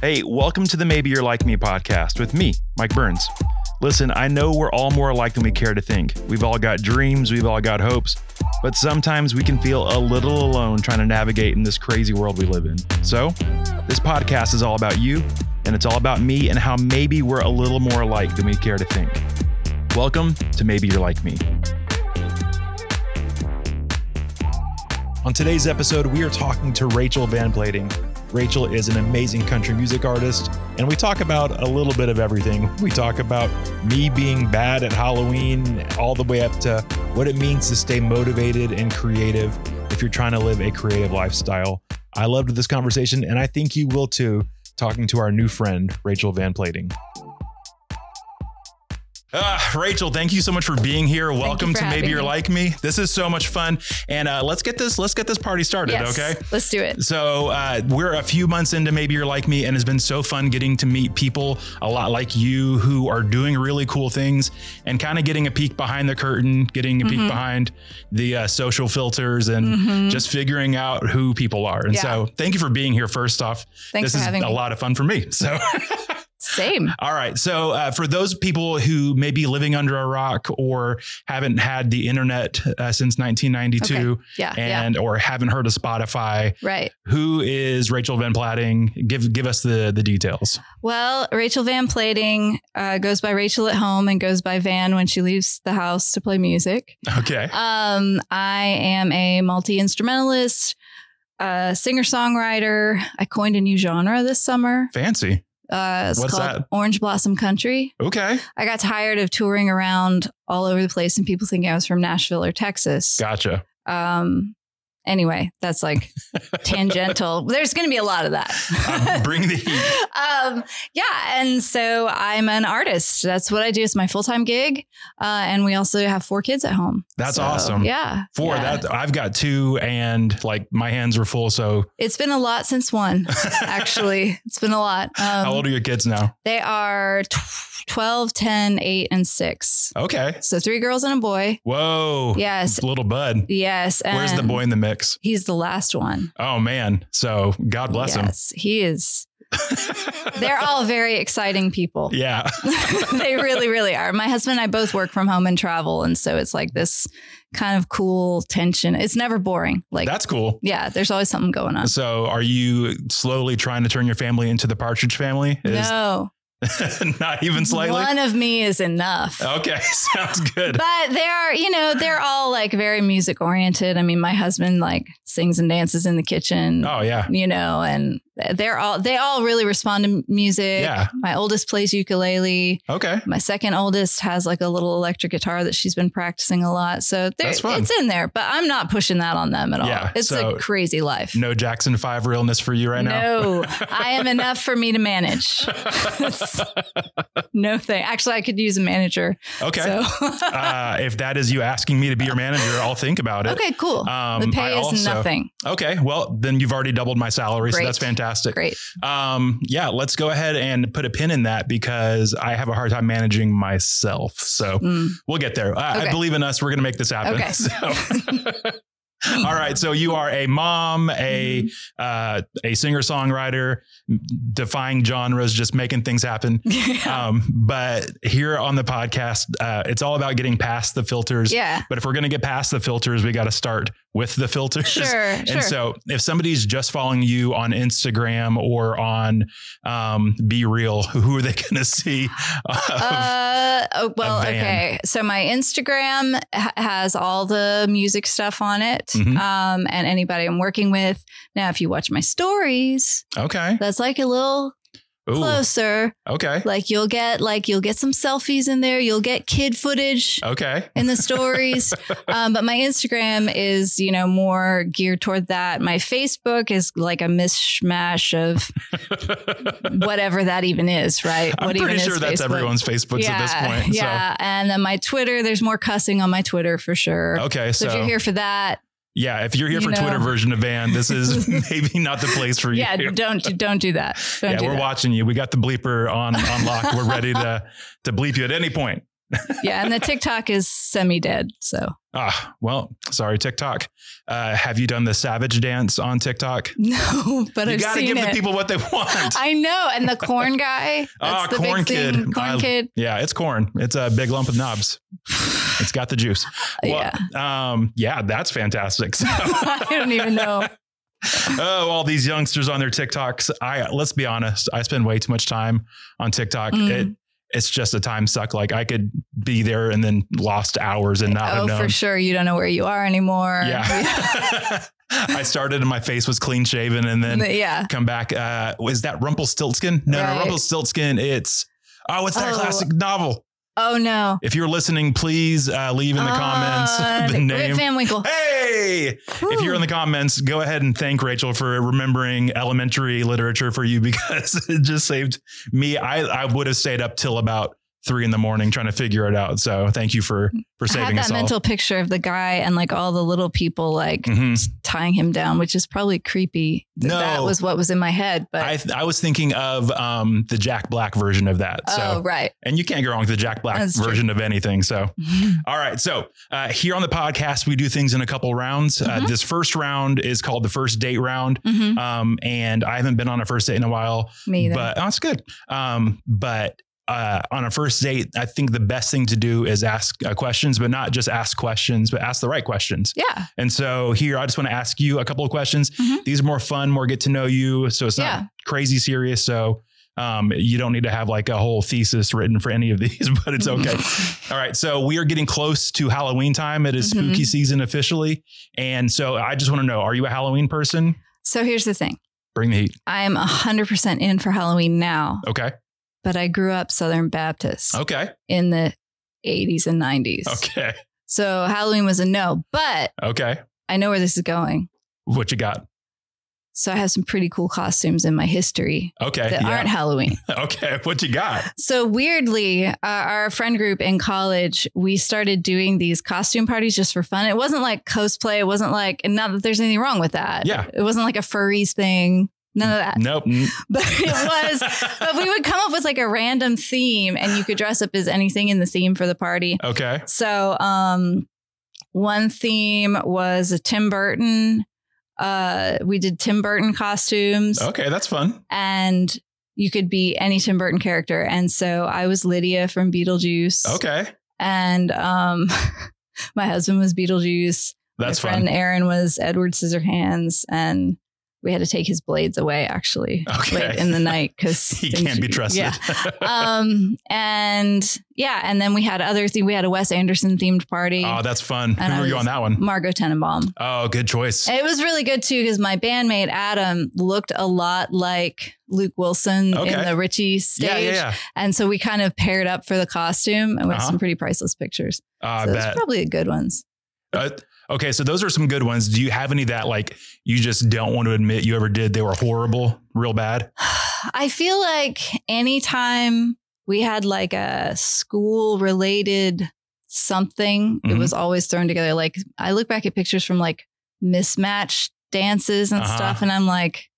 Hey, welcome to the Maybe You're Like Me podcast with me, Mike Burns. Listen, I know we're all more alike than we care to think. We've all got dreams, we've all got hopes, but sometimes we can feel a little alone trying to navigate in this crazy world we live in. So, this podcast is all about you, and it's all about me and how maybe we're a little more alike than we care to think. Welcome to Maybe You're Like Me. On today's episode, we are talking to Rachel Van Plating. Rachel is an amazing country music artist, and we talk about a little bit of everything. We talk about me being bad at Halloween, all the way up to what it means to stay motivated and creative if you're trying to live a creative lifestyle. I loved this conversation, and I think you will too, talking to our new friend, Rachel Van Plating. Ah, Rachel, thank you so much for being here. Welcome for to Maybe having You're me. Like Me. This is so much fun, and uh, let's get this let's get this party started. Yes. Okay. Let's do it. So uh, we're a few months into maybe you're like me, and it's been so fun getting to meet people a lot like you who are doing really cool things and kind of getting a peek behind the curtain, getting a peek Mhm. behind the uh, social filters, and Mhm. just figuring out who people are. And Yeah. so thank you for being here. First off, Thanks this for is having a me. lot of fun for me. So. Same. All right. So, uh, for those people who may be living under a rock or haven't had the internet uh, since 1992 Yeah. yeah. and or haven't heard of Spotify, Right. who is Rachel Van Platting? Give give us the the details. Well, Rachel Van Plating uh, goes by Rachel at home and goes by Van when she leaves the house to play music. Okay. Um, I am a multi instrumentalist, uh, singer songwriter. I coined a new genre this summer. Fancy. Uh, it's What's called that? Orange Blossom Country. Okay. I got tired of touring around all over the place and people thinking I was from Nashville or Texas. Gotcha. Um, anyway, that's like tangential. There's going to be a lot of that. Um, bring the heat. um, yeah, and so I'm an artist. That's what I do. It's my full time gig, uh, and we also have four kids at home. That's So, awesome. Yeah, Four. yeah. That I've got two, and like my hands were full. So It's been a lot since one. Actually, it's been a lot. Um, how old are your kids now? They are tw- 12, 10, 8, and 6. Okay. So three girls and a boy. Whoa. Yes. Um, Little bud. Yes. And Oh, Where's the boy in the mix? He's the last one. Oh man. So God bless yes, he is. him. They're all very exciting people. Yeah. they really, really are. My husband and I both work from home and travel. And so it's like this kind of cool tension. It's never boring. Like, That's cool. yeah, there's always something going on. So are you slowly trying to turn your family into the partridge family? Is No, not even slightly? Oh. one of me is enough. Okay, sounds good. But they are, you know, they're all like very music oriented. I mean, my husband like sings and dances in the kitchen. Oh yeah. You know, and they're all they all really respond to music. Yeah. My oldest plays ukulele. Okay. My second oldest has like a little electric guitar that she's been practicing a lot. So there, That's fun. it's in there, but I'm not pushing that on them at all. Yeah, it's so- a crazy life. No Jackson 5 realness for you right now. No, I am enough for me to manage. no thing. Actually, I could use a manager. Okay. So. uh, if that is you asking me to be your manager, I'll think about it. okay, cool. Um, the I pay is also- nothing. Okay. Well, then you've already doubled my salary. So Great. that's fantastic. Great. Um, yeah, let's go ahead and put a pin in that because I have a hard time managing myself. So Mm. we'll get there. I, I Okay. believe in us. We're going to make this happen. Okay. So. All right. So you are a mom, a Mm-hmm. uh, a singer songwriter, defying genres, just making things happen. yeah. Um, but here on the podcast, uh, it's all about getting past the filters. yeah. But if we're going to get past the filters, we got to start with the filters. Sure. And Sure. so, if somebody's just following you on Instagram or on um, Be Real, who are they going to see? uh oh, well van. okay so my instagram ha- has all the music stuff on it Mhm. um and anybody i'm working with now if you watch my stories okay. that's like a little Ooh, closer Okay. like you'll get like you'll get some selfies in there you'll get kid footage Okay. in the stories um, but my instagram is you know more geared toward that my facebook is like a mishmash of whatever that even is right I'm what pretty even sure is that's Facebook? everyone's Facebooks at this point. Yeah. And then my Twitter, there's more cussing on my Twitter for sure. So okay, So, so, if you're here for that, yeah, if you're here you for know. Twitter version of Van, this is maybe not the place for you. yeah, don't don't do that. Don't Yeah, do we're that. watching you. We got the bleeper on on lock. We're ready to to bleep you at any point. yeah, and the TikTok is semi dead. So Ah, well, sorry, TikTok. Uh, have you done the savage dance on TikTok? no, but you I've gotta seen give it. the people what they want. I know, and the corn guy. That's Ah, the corn big thing. kid. Corn I- kid. yeah, it's corn. It's a big lump of knobs. It's got the juice. Well, Um, yeah, that's fantastic. So, I don't even know. oh, all these youngsters on their TikToks. I let's be honest, I spend way too much time on TikTok. Mm. It it's just a time suck. Like I could be there and then lost hours and not oh, have known. for sure. You don't know where you are anymore. Yeah. I started and my face was clean shaven and then yeah. come back. Uh, was that Rumpelstiltskin? No, Right. no, Rumpelstiltskin. It's oh, what's that Oh. classic novel? Oh no. If you're listening, please uh, leave in the Uh, comments the name. Rip Van Winkle. Hey, if you're in the comments, go ahead and thank Rachel for remembering elementary literature for you because it just saved me. I, I would have stayed up till about three in the morning trying to figure it out. So thank you for for I had saving that us all. mental picture of the guy and like all the little people like Mhm. s- tying him down, which is probably creepy. that No. That was what was in my head. But I, I was thinking of um, the Jack Black version of that. So, oh right. and you can't go wrong with the Jack Black That's true. version of anything. So, Mm-hmm. all right. So, uh, here on the podcast, we do things in a couple rounds. Uh, Mhm. this first round is called the first date round. hmm Um, and I haven't been on a first date in a while, Me either. but oh, that's good. Um, but uh, on a first date, I think the best thing to do is ask uh, questions, but not just ask questions, but ask the right questions. yeah. And so here, I just want to ask you a couple of questions. Mhm. These are more fun, more get to know you. So it's not Yeah. crazy serious. So um, you don't need to have like a whole thesis written for any of these, but it's Mm-hmm. okay. All right. So we are getting close to Halloween time. It is Mhm. spooky season officially. And so I just want to know are you a Halloween person? so here's the thing. Bring the heat. I'm 100% in for Halloween now, Okay. but I grew up Southern Baptist Okay. in the 80s and 90s. Oh. Okay. So Halloween was a no, but Okay. I know where this is going. What you got? So I have some pretty cool costumes in my history Okay. that aren't Halloween. Okay. What you got? So weirdly, uh, our friend group in college, we started doing these costume parties just for fun. It wasn't like cosplay. It wasn't like, and not that there's anything wrong with that. Yeah. It wasn't like a furries thing. None of that. Nope. Mm. But it was but we would come up with like a random theme and you could dress up as anything in the theme for the party. okay. So um one theme was a Tim Burton. Uh we did Tim Burton costumes Okay. That's fun. and you could be any Tim Burton character. And so I was Lydia from Beetlejuice. Okay. And um my husband was Beetlejuice. That's my friend fun. Aaron was Edward Scissorhands and we had to take his blades away actually Okay. late in the night because He can't be trusted. Yeah um and yeah and then we had other theme we had a wes anderson themed party Oh, that's fun. And Who I were you was- on that one? margot tenenbaum Oh, good choice. it was really good too because my bandmate adam looked a lot like luke wilson Okay. in the richie stage Yeah, yeah, yeah. and so we kind of paired up for the costume and we have Uh-huh. some pretty priceless pictures Oh, I so those are bet. probably good ones Uh, okay, so those are some good ones. Do you have any that like you just don't want to admit you ever did? They were horrible, real bad. i feel like anytime we had like a school related something it Mhm. was always thrown together like i look back at pictures from like mismatched dances and Uh-huh. stuff and i'm like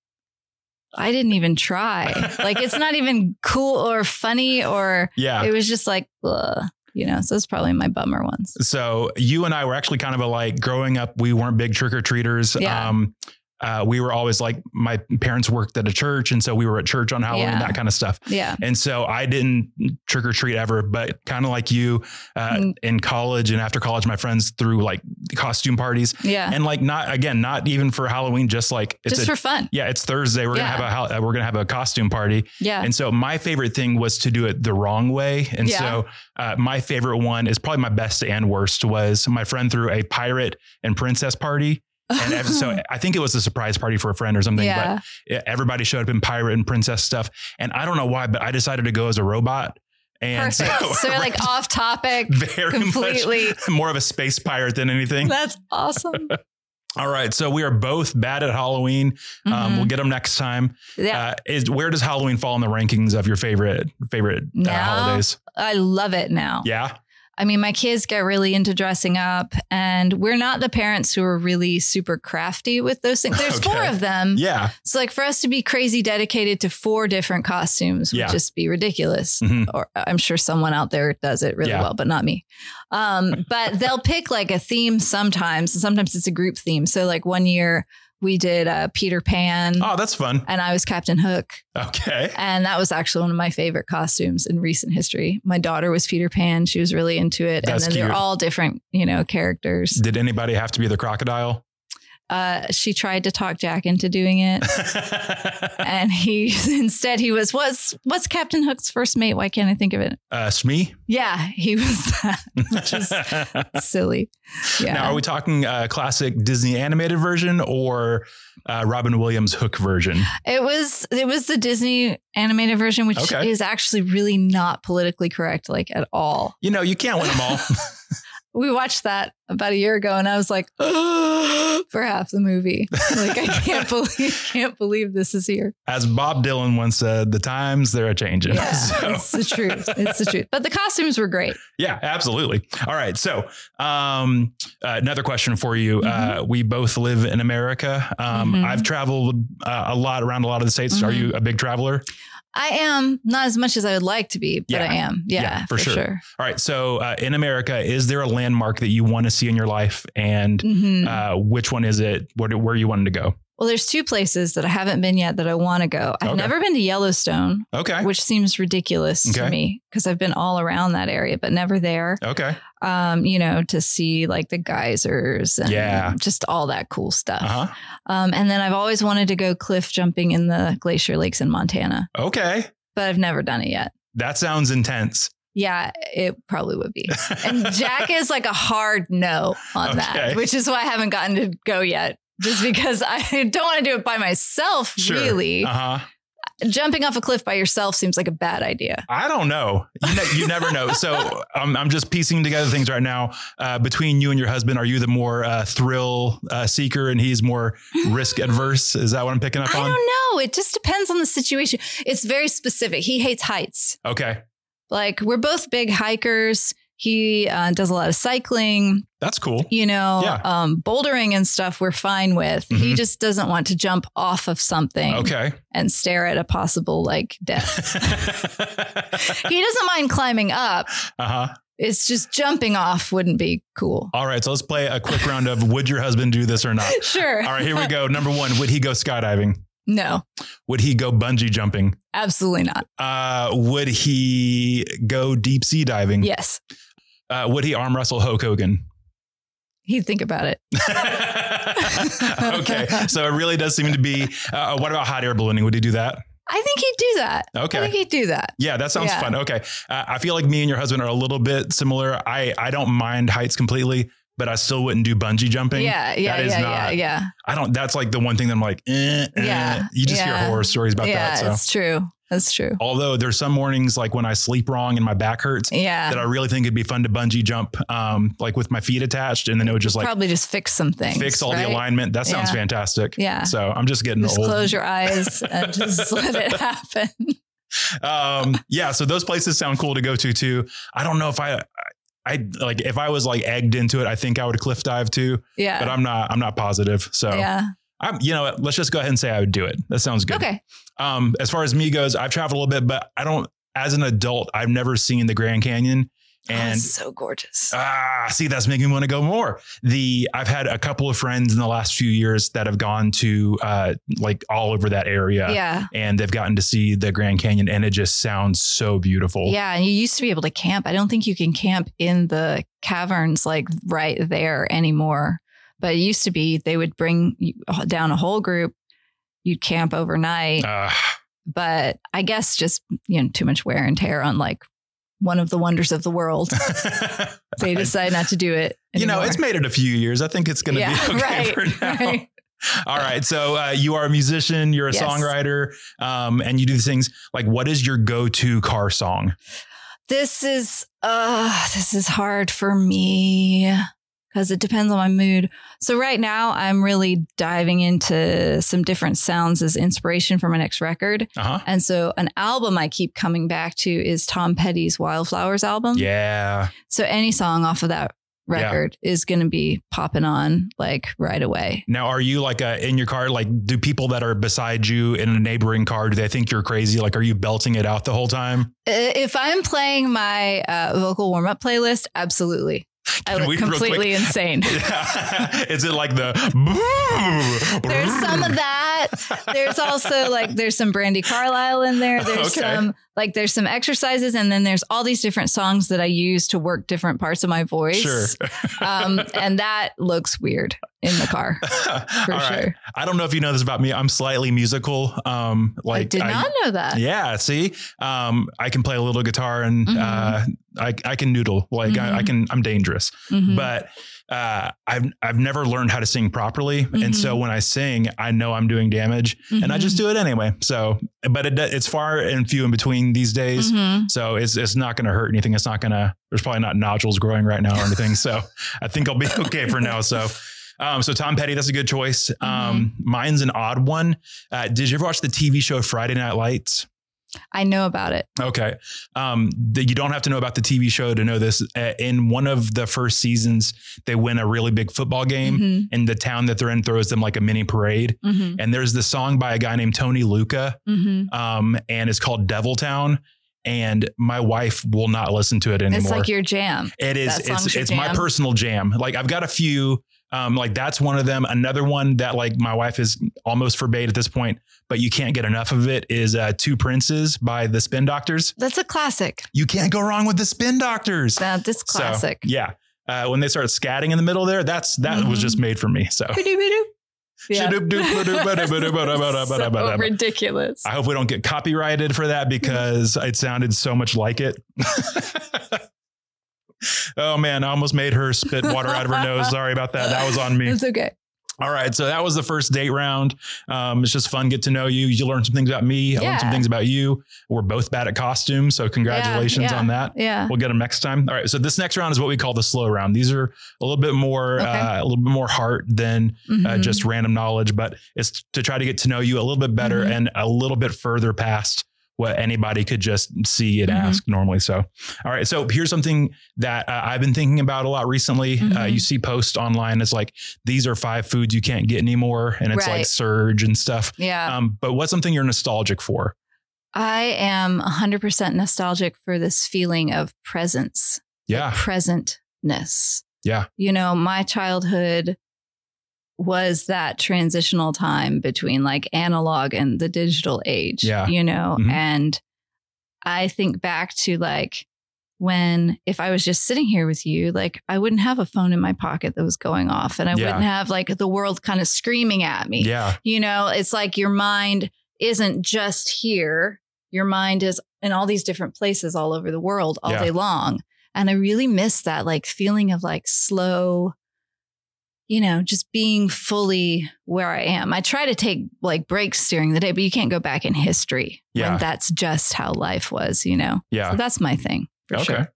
i didn't even try like it's not even cool or funny or Yeah. it was just like ugh, you know so it's probably my bummer ones so you and I were actually kind of alike. Growing up, we weren't big trick or treaters. Yeah. Um, uh, we were always like my parents worked at a church, and so we were at church on Halloween, Yeah. that kind of stuff. yeah And so I didn't trick or treat ever, but kind of like you uh, Mm. in college and after college, my friends threw like costume parties yeah and like not again, not even for Halloween, just like it's Uh. just a for fun yeah, it's Thursday. We're Yeah. gonna have a hou- uh, we're gonna have a costume party, yeah and so my favorite thing was to do it the wrong way. And Yeah. so uh, my favorite one is probably my best and worst was my friend threw a pirate and princess party, and ev- so I think it was a surprise party for a friend or something. yeah But yeah, everybody showed up in pirate and princess stuff, and I don't know why, but I decided to go as a robot, and perfect so, so you're like off topic very completely much more of a space pirate than anything. that's awesome All right, so we are both bad at Halloween. Um, we'll Mhm. get them next time. yeah Uh, is where does Halloween fall in the rankings of your favorite favorite uh, Now? holidays? i love it now Yeah. I mean, my kids get really into dressing up, and we're not the parents who are really super crafty with those things. There's Okay. four of them. Yeah. So, like, for us to be crazy dedicated to four different costumes would Yeah. just be ridiculous. Mhm. Or uh, I'm sure someone out there does it really Yeah. well, but not me. Um, but they'll pick like a theme sometimes, and sometimes it's a group theme. So, like, one year we did uh, Peter Pan. Oh, that's fun. And I was Captain Hook. Okay. And that was actually one of my favorite costumes in recent history. My daughter was Peter Pan. She was really into it. That's and then they're cute. all different, you know, characters. Did anybody have to be the crocodile? Uh, she tried to talk Jack into doing it. uh, and he instead he was, what's what's Captain Hook's first mate? Why can't I think of it? Smee. Yeah, he was that is- silly. Yeah. Now, are we talking uh, classic Disney animated version or uh, Robin Williams hook version? It was it was the Disney animated version, which Okay. is actually really not politically correct, like at all. You know, you can't win them all. we watched that about a year ago and I was like, for half the movie. Like I can't believe can't believe this is here. As Bob Dylan once said, the times they're a changing. Yeah. So- It's the truth. It's the truth. But the costumes were great. Yeah, absolutely. All right. So, um, uh, another question for you. Uh, Mm-hmm. we both live in America. Um, Mhm. I've traveled uh, a lot around a lot of the states. Are Mhm. you a big traveler? I am not as much as I would like to be, but Yeah. I am. Yeah, Yeah, for for, sure. sure. All right. So, uh, in America, is there a landmark that you want to see in your life? And Mhm. uh, which one is it? Where, do- where you wanted to go? well, there's two places that I haven't been yet that I want to go. I've Okay. never been to Yellowstone, Okay. which seems ridiculous Okay. to me because I've been all around that area, but never there. Okay. Um, you know, to see like the geysers and Yeah. just all that cool stuff. Uh huh. Um, and then I've always wanted to go cliff jumping in the glacier lakes in Montana, Okay. but I've never done it yet. That sounds intense. Yeah, it probably would be. And Jack is like a hard no Okay. on that, which is why I haven't gotten to go yet. Just because I don't want to do it by myself, Sure. really. Uh huh. Jumping off a cliff by yourself seems like a bad idea. I don't know. You, ne- you never know. So I'm, I'm just piecing together things right now. Uh, between you and your husband, are you the more uh, thrill uh, seeker and he's more risk adverse? Is that what I'm picking up I on? don't know. It just depends on the situation. It's very specific. He hates heights. Okay. Like, we're both big hikers. He uh, does a lot of cycling. That's cool. you know, Yeah. um, bouldering and stuff we're fine with. He Mhm. just doesn't want to jump off of something Okay. and stare at a possible like death. uh he doesn't mind climbing up. huh. It's just jumping off wouldn't be cool. All right. So let's play a quick round of would your husband do this or not? Sure. All right. Here we go. Number one Would he go skydiving? No, Would he go bungee jumping? absolutely not. Uh, would he go deep sea diving? Yes. Uh, would he arm wrestle Hulk Hogan? He'd think about it. okay, so it really does seem to be. Uh, what about hot air ballooning? Would he do that? I think he'd do that. I Okay. think he'd do that. Yeah, that sounds Yeah. fun. Okay, uh, I feel like me and your husband are a little bit similar. I I don't mind heights completely, but I still wouldn't do bungee jumping. Yeah, yeah, That is yeah, yeah, not- yeah, I don't. That's like the one thing that I'm like, eh, eh. Yeah, You just hear yeah. horror stories about yeah. that. So, It's true. That's true. although there's some mornings like when I sleep wrong and my back hurts. Yeah. That I really think it'd be fun to bungee jump, um, like with my feet attached, and then it would just like Probably just fix some things. fix all right? the alignment. That sounds Yeah. fantastic. Yeah. So I'm just getting Just old. close your eyes and just let it happen. um yeah so those places sound cool to go to too i don't know if i i like if i was like egged into it i think i would cliff dive too Yeah. but i'm not i'm not positive so Yeah. i'm you know what, let's just go ahead and say i would do it that sounds good Okay. um as far as me goes i've traveled a little bit but i don't as an adult i've never seen the grand canyon and so gorgeous. Ah, see, that's making me want to go more. The I've had a couple of friends in the last few years that have gone to uh like all over that area, yeah. yeah. and they've gotten to see the Grand Canyon, and it just sounds so beautiful. and you used to be able to camp. I don't think you can camp in the caverns like right there anymore. But it used to be they would bring you uh, down a whole group. You'd camp overnight. Uh, but I guess just, you know, too much wear and tear on like one of the wonders of the world. They decide not to do it. you know, anymore. it's made it a few years. I think it's going to be okay for now. right. All right. So uh, you are a musician, you're a Yes. songwriter, um, and you do these things. Like, what is your go-to car song? This is uh this is hard for me because it depends on my mood. So right now I'm really diving into some different sounds as inspiration for my next record. Uh huh. And so an album I keep coming back to is Tom Petty's Wildflowers album. Yeah. So any song off of that Yeah. record is going to be popping on like right away. Now, are you like uh, in your car? Like, do people that are beside you in a neighboring car do they think you're crazy? Like, are you belting it out the whole time? I- If I'm playing my uh, vocal warm up playlist, absolutely. I Can we look real completely insane. Is it like the? boo? There's some of that. There's also like there's some Brandy Carlisle in there. There's Okay. some like there's some exercises, and then there's all these different songs that I use to work different parts of my voice. Sure. um, and that looks weird in the car for All right. sure. I don't know if you know this about me. I'm slightly musical. Um, like I did not know that. yeah. See, um, I can play a little guitar and Mhm. uh, I I can noodle. Like I, I Mhm. can. I'm dangerous. Mhm. But uh, I've I've never learned how to sing properly, and so Mhm. when I sing, I know I'm doing damage, and I Mhm. just do it anyway. So, but it, do- it's far and few in between these days. Mhm. So it's it's not going to hurt anything. It's not going to. There's probably not nodules growing right now or anything. so I think I'll be okay for now. So. Um, so Tom Petty, that's a good choice. Um, Mine's an odd one. Uh, did you ever watch the TV show Friday Night Lights? I know about it. Okay. Um, the, you don't have to know about the TV show to know this. Uh, in one of the first seasons, they win a really big football game, Mhm. and the town that they're in throws them like a mini parade. Mhm. And there's this song by a guy named Tony Luca, Mhm. um, and it's called Devil Town. And my wife will not listen to it anymore. It's like your jam. It is. That It's song's your it's my jam. personal jam. Like I've got a few. Um, like that's one of them. Another one that like my wife is almost forbade at this point, but you can't get enough of it is uh, Two Princes by the Spin Doctors. That's a classic. You can't go wrong with the Spin Doctors. That that's So, classic. yeah. Uh, when they start scatting in the middle there, that's that was Mhm. just made for me. So Ba-doo-ba-doo. Yeah. Shadoop-doop-ba-doop-ba-doop-ba-doop-ba-doop-ba-doop-ba-doop. so ridiculous. I hope we don't get copyrighted for that because it sounded so much like it. oh man, I almost made her spit water out of her nose. Sorry about that. That was on me. It's okay. All right, so that was the first date round. Um, it's just fun, get to know you. You learn some things about me. I learned some Yeah. things about you. We're both bad at costumes, so congratulations yeah. on that. Yeah. We'll get them next time. All right. So this next round is what we call the slow round. These are a little bit more, Okay. uh, a little bit more heart than uh, Mhm. just random knowledge, but it's to try to get to know you a little bit better Mhm. and a little bit further past what anybody could just see and Mhm. ask normally. So, all right. So here's something that uh, I've been thinking about a lot recently. Uh, Mhm. you see posts online. It's like these are five foods you can't get anymore, and it's like Right. surge and stuff. yeah. Um, but what's something you're nostalgic for? I am 100% nostalgic for this feeling of presence, Yeah. presentness. Yeah. You know, my childhood was that transitional time between like analog and the digital age, Yeah. you know, Mhm. and I think back to like when if I was just sitting here with you, like I wouldn't have a phone in my pocket that was going off and I Yeah. wouldn't have like the world kind of screaming at me. Yeah. You know, it's like your mind isn't just here. Your mind is in all these different places all over the world all Yeah. day long. And I really miss that like feeling of like slow, you know, just being fully where I am. I try to take like breaks during the day, but you can't go back in history Yeah. when that's just how life was, you know? Yeah. So that's my thing for sure.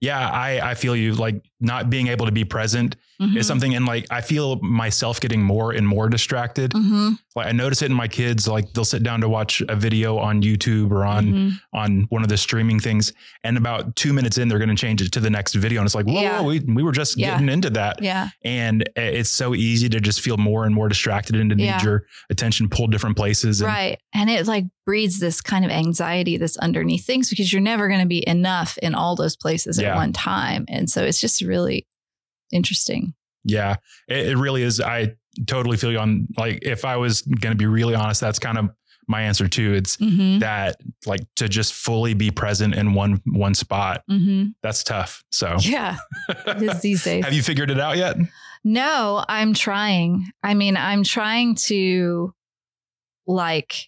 Yeah, I, I feel you like not being able to be present Mhm. is something and like I feel myself getting more and more distracted. Mhm. Like I notice it in my kids, like they'll sit down to watch a video on YouTube or on Mhm. on one of the streaming things, and about two minutes in, they're gonna change it to the next video. And it's like, whoa, Yeah. whoa, we we were just Yeah. getting into that. Yeah. And eh, it's so easy to just feel more and more distracted and to Yeah. need your attention pulled different places. And Right. And it like breeds this kind of anxiety that's underneath things because you're never going to be enough in all those places Yeah. at one time. And so it's just really interesting. Yeah, it, it really is. I totally feel you on like if I was going to be really honest, that's kind of my answer too. It's Mm-hmm. that like to just fully be present in one one spot. Mm-hmm. That's tough. So Yeah. It is these Oh. days. have you figured it out yet? No, I'm trying. I mean, I'm trying to like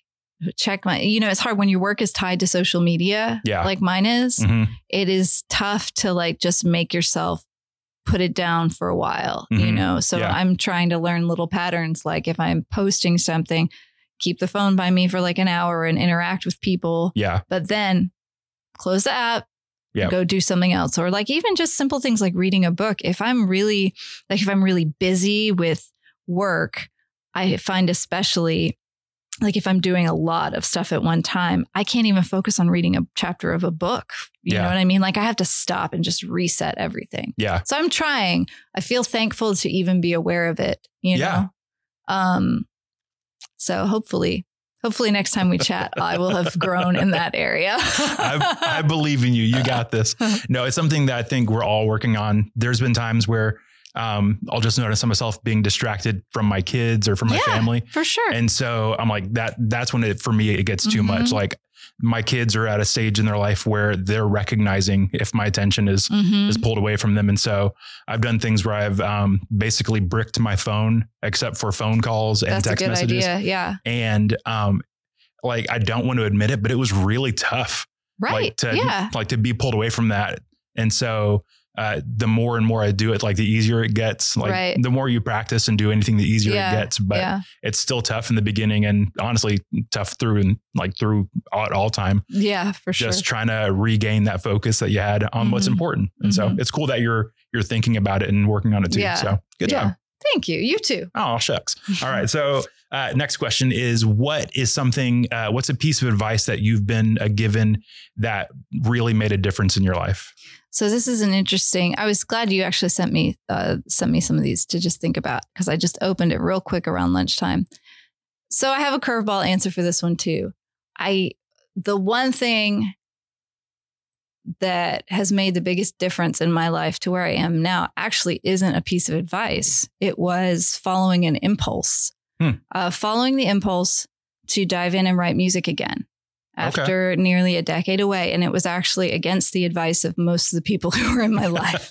check my, you know, it's hard when your work is tied to social media, Yeah. like mine is. Mhm. it is tough to like just make yourself put it down for a while, you Mhm. know? So Yeah. I'm trying to learn little patterns. Like if I'm posting something, keep the phone by me for like an hour and interact with people, Yeah. but then close the app, Yeah. go do something else or like even just simple things like reading a book if i'm really like if i'm really busy with work i find especially like if i'm doing a lot of stuff at one time i can't even focus on reading a chapter of a book you Yeah. know what i mean like i have to stop and just reset everything Yeah. so i'm trying i feel thankful to even be aware of it you Yeah. know um so hopefully hopefully next time we chat i will have grown in that area I, I believe in you. You got this. No, it's something that I think we're all working on. There's been times where um, I'll just notice myself being distracted from my kids or from my Yeah. family. for sure And so I'm like that that's when it for me it gets too much. Mhm. Like my kids are at a stage in their life where they're recognizing if my attention is Mhm. is pulled away from them. And so I've done things where I've um, basically bricked my phone except for phone calls and That's a text good messages. idea. Yeah. And um like I don't want to admit it, but it was really tough Right. like to yeah. like to be pulled away from that. And so uh, the more and more I do it, like the easier it gets. Like Right. the more you practice and do anything, the easier Yeah, it gets. But yeah. it's still tough in the beginning, and honestly tough through and like through all, all time. Yeah, for sure. Just trying to regain that focus that you had on what's Mhm. important. And so Mhm. it's cool that you're you're thinking about it and working on it too. Yeah, So good yeah. job. Thank you. You too. Oh shucks. All right. So uh, next question is what is something, uh, what's a piece of advice that you've been uh, given that really made a difference in your life? So this is an interesting. I was glad you actually sent me uh, sent me some of these to just think about because I just opened it real quick around lunchtime. So I have a curveball answer for this one too. I the one thing that has made the biggest difference in my life to where I am now actually isn't a piece of advice. It was following an impulse, Hmm. uh, following the impulse to dive in and write music again Okay. after nearly a decade away. And it was actually against the advice of most of the people who were in my life.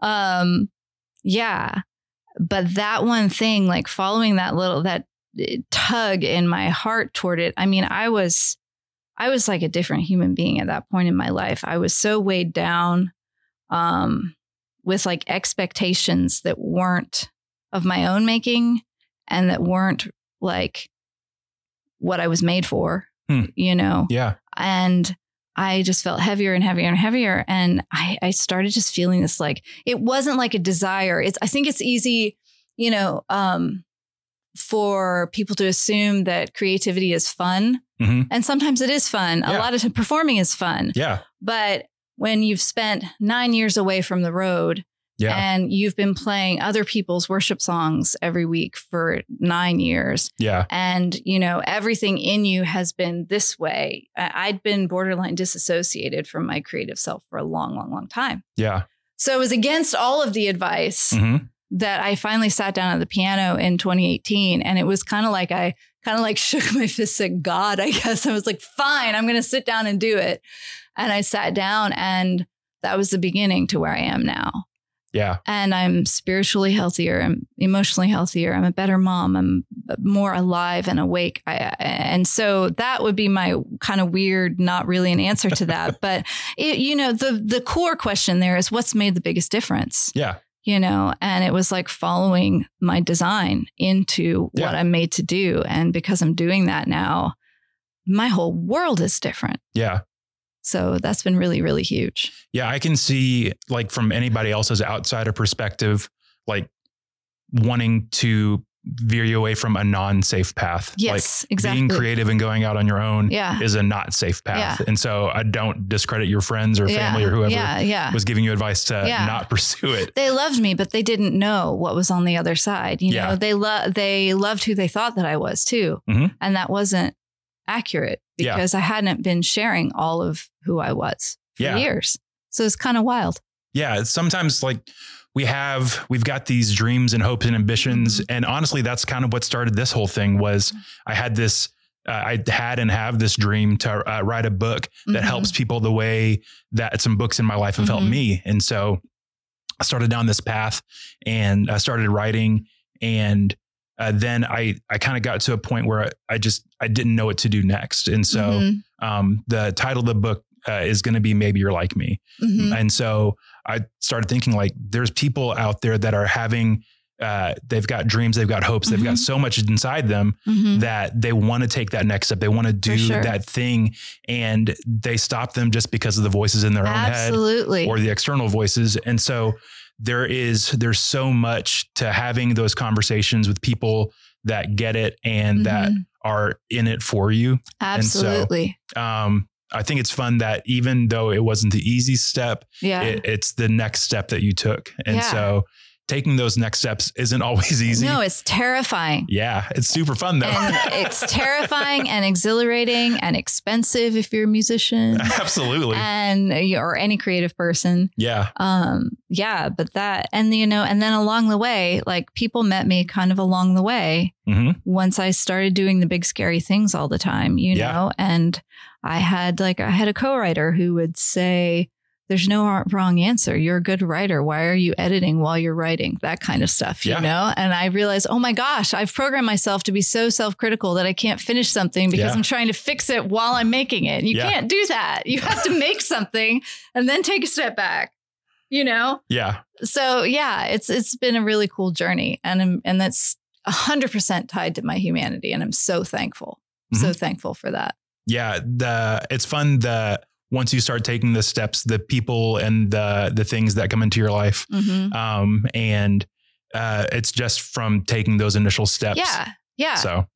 um, yeah. But that one thing, like following that little, that uh, tug in my heart toward it, I mean, I was. I was like a different human being at that point in my life. I was so weighed down um, with like expectations that weren't of my own making and that weren't like what I was made for, Hmm. you know? yeah. And I just felt heavier and heavier and heavier. And I, I started just feeling this like it wasn't like a desire. It's I think it's easy, you know, um, for people to assume that creativity is fun. Mhm. And sometimes it is fun. Yeah. A lot of time performing is fun. Yeah. But when you've spent nine years away from the road Yeah. and you've been playing other people's worship songs every week for nine years, Yeah. and you know everything in you has been this way I- i'd been borderline disassociated from my creative self for a long long long time Yeah. so it was against all of the advice Mhm. that i finally sat down at the piano in 2018 and it was kind of like i kind of like shook my fist at god i guess i was like fine i'm going to sit down and do it and i sat down and that was the beginning to where i am now Yeah. and I'm spiritually healthier. I'm emotionally healthier. I'm a better mom. I'm more alive and awake. I, and so that would be my kind of weird, not really an answer to that. but it, you know, the the core question there is what's made the biggest difference. Yeah. You know, and it was like following my design into what Yeah. I'm made to do, and because I'm doing that now, my whole world is different. Yeah. So that's been really, really huge. Yeah, I can see like from anybody else's outsider perspective, like wanting to veer you away from a non-safe path. Yes, like exactly. being creative and going out on your own Yeah. is a not safe path. And so I don't discredit your friends or yeah. family or whoever Yeah. Yeah. was giving you advice to Yeah. not pursue it. they loved me, but they didn't know what was on the other side. You Yeah. know, they lo- they loved who they thought that I was too, Mhm. and that wasn't accurate Yeah. because I hadn't been sharing all of who I was for Yeah. years. So it's kind of wild. Yeah, it's sometimes like we have we've got these dreams and hopes and ambitions Mm-hmm. and honestly that's kind of what started this whole thing was I had this uh, I had and have this dream to uh, write a book that Mhm. helps people the way that some books in my life have helped Mhm. me. And so I started down this path and I started writing and uh, then I I kind of got to a point where I, I just I didn't know what to do next. And so Mhm. um, the title of the book uh, is going to be maybe you're like me. Mhm. And so I started thinking like there's people out there that are having uh, they've got dreams, they've got hopes, they've got Mhm. so much inside them Mhm. that they want to take that next step. They want to do sure. that thing, and they stop them just because of the voices in their own head Absolutely. or the external voices. And so there is there's so much to having those conversations with people that get it and that Mhm. are in it for you. so- Absolutely. Um, I think it's fun that even though it wasn't the easy step, yeah. it, it's the next step that you took. And Yeah. so taking those next steps isn't always easy. No, it's terrifying. yeah, it's super fun though. And it's terrifying and exhilarating and expensive if you're a musician Absolutely. and uh, or any creative person. yeah. um yeah but that and you know and then along the way like people met me kind of along the way hmm once i started doing the big scary things all the time you Yeah. know and i had like i had a co-writer who would say there's no ar- wrong answer you're a good writer why are you editing while you're writing that kind of stuff Yeah. you know and i realized oh my gosh i've programmed myself to be so self-critical that i can't finish something because Yeah. i'm trying to fix it while i'm making it you Yeah. can't do that you have to make something and then take a step back you know Yeah. so yeah, it's it's been a really cool journey, and I'm, and that's hundred percent tied to my humanity, and I'm so thankful, so thankful for that. Yeah. The it's fun that once you start taking the steps, the people and the the things that come into your life. Mm-hmm. Um, and uh it's just from taking those initial steps. Yeah, yeah, So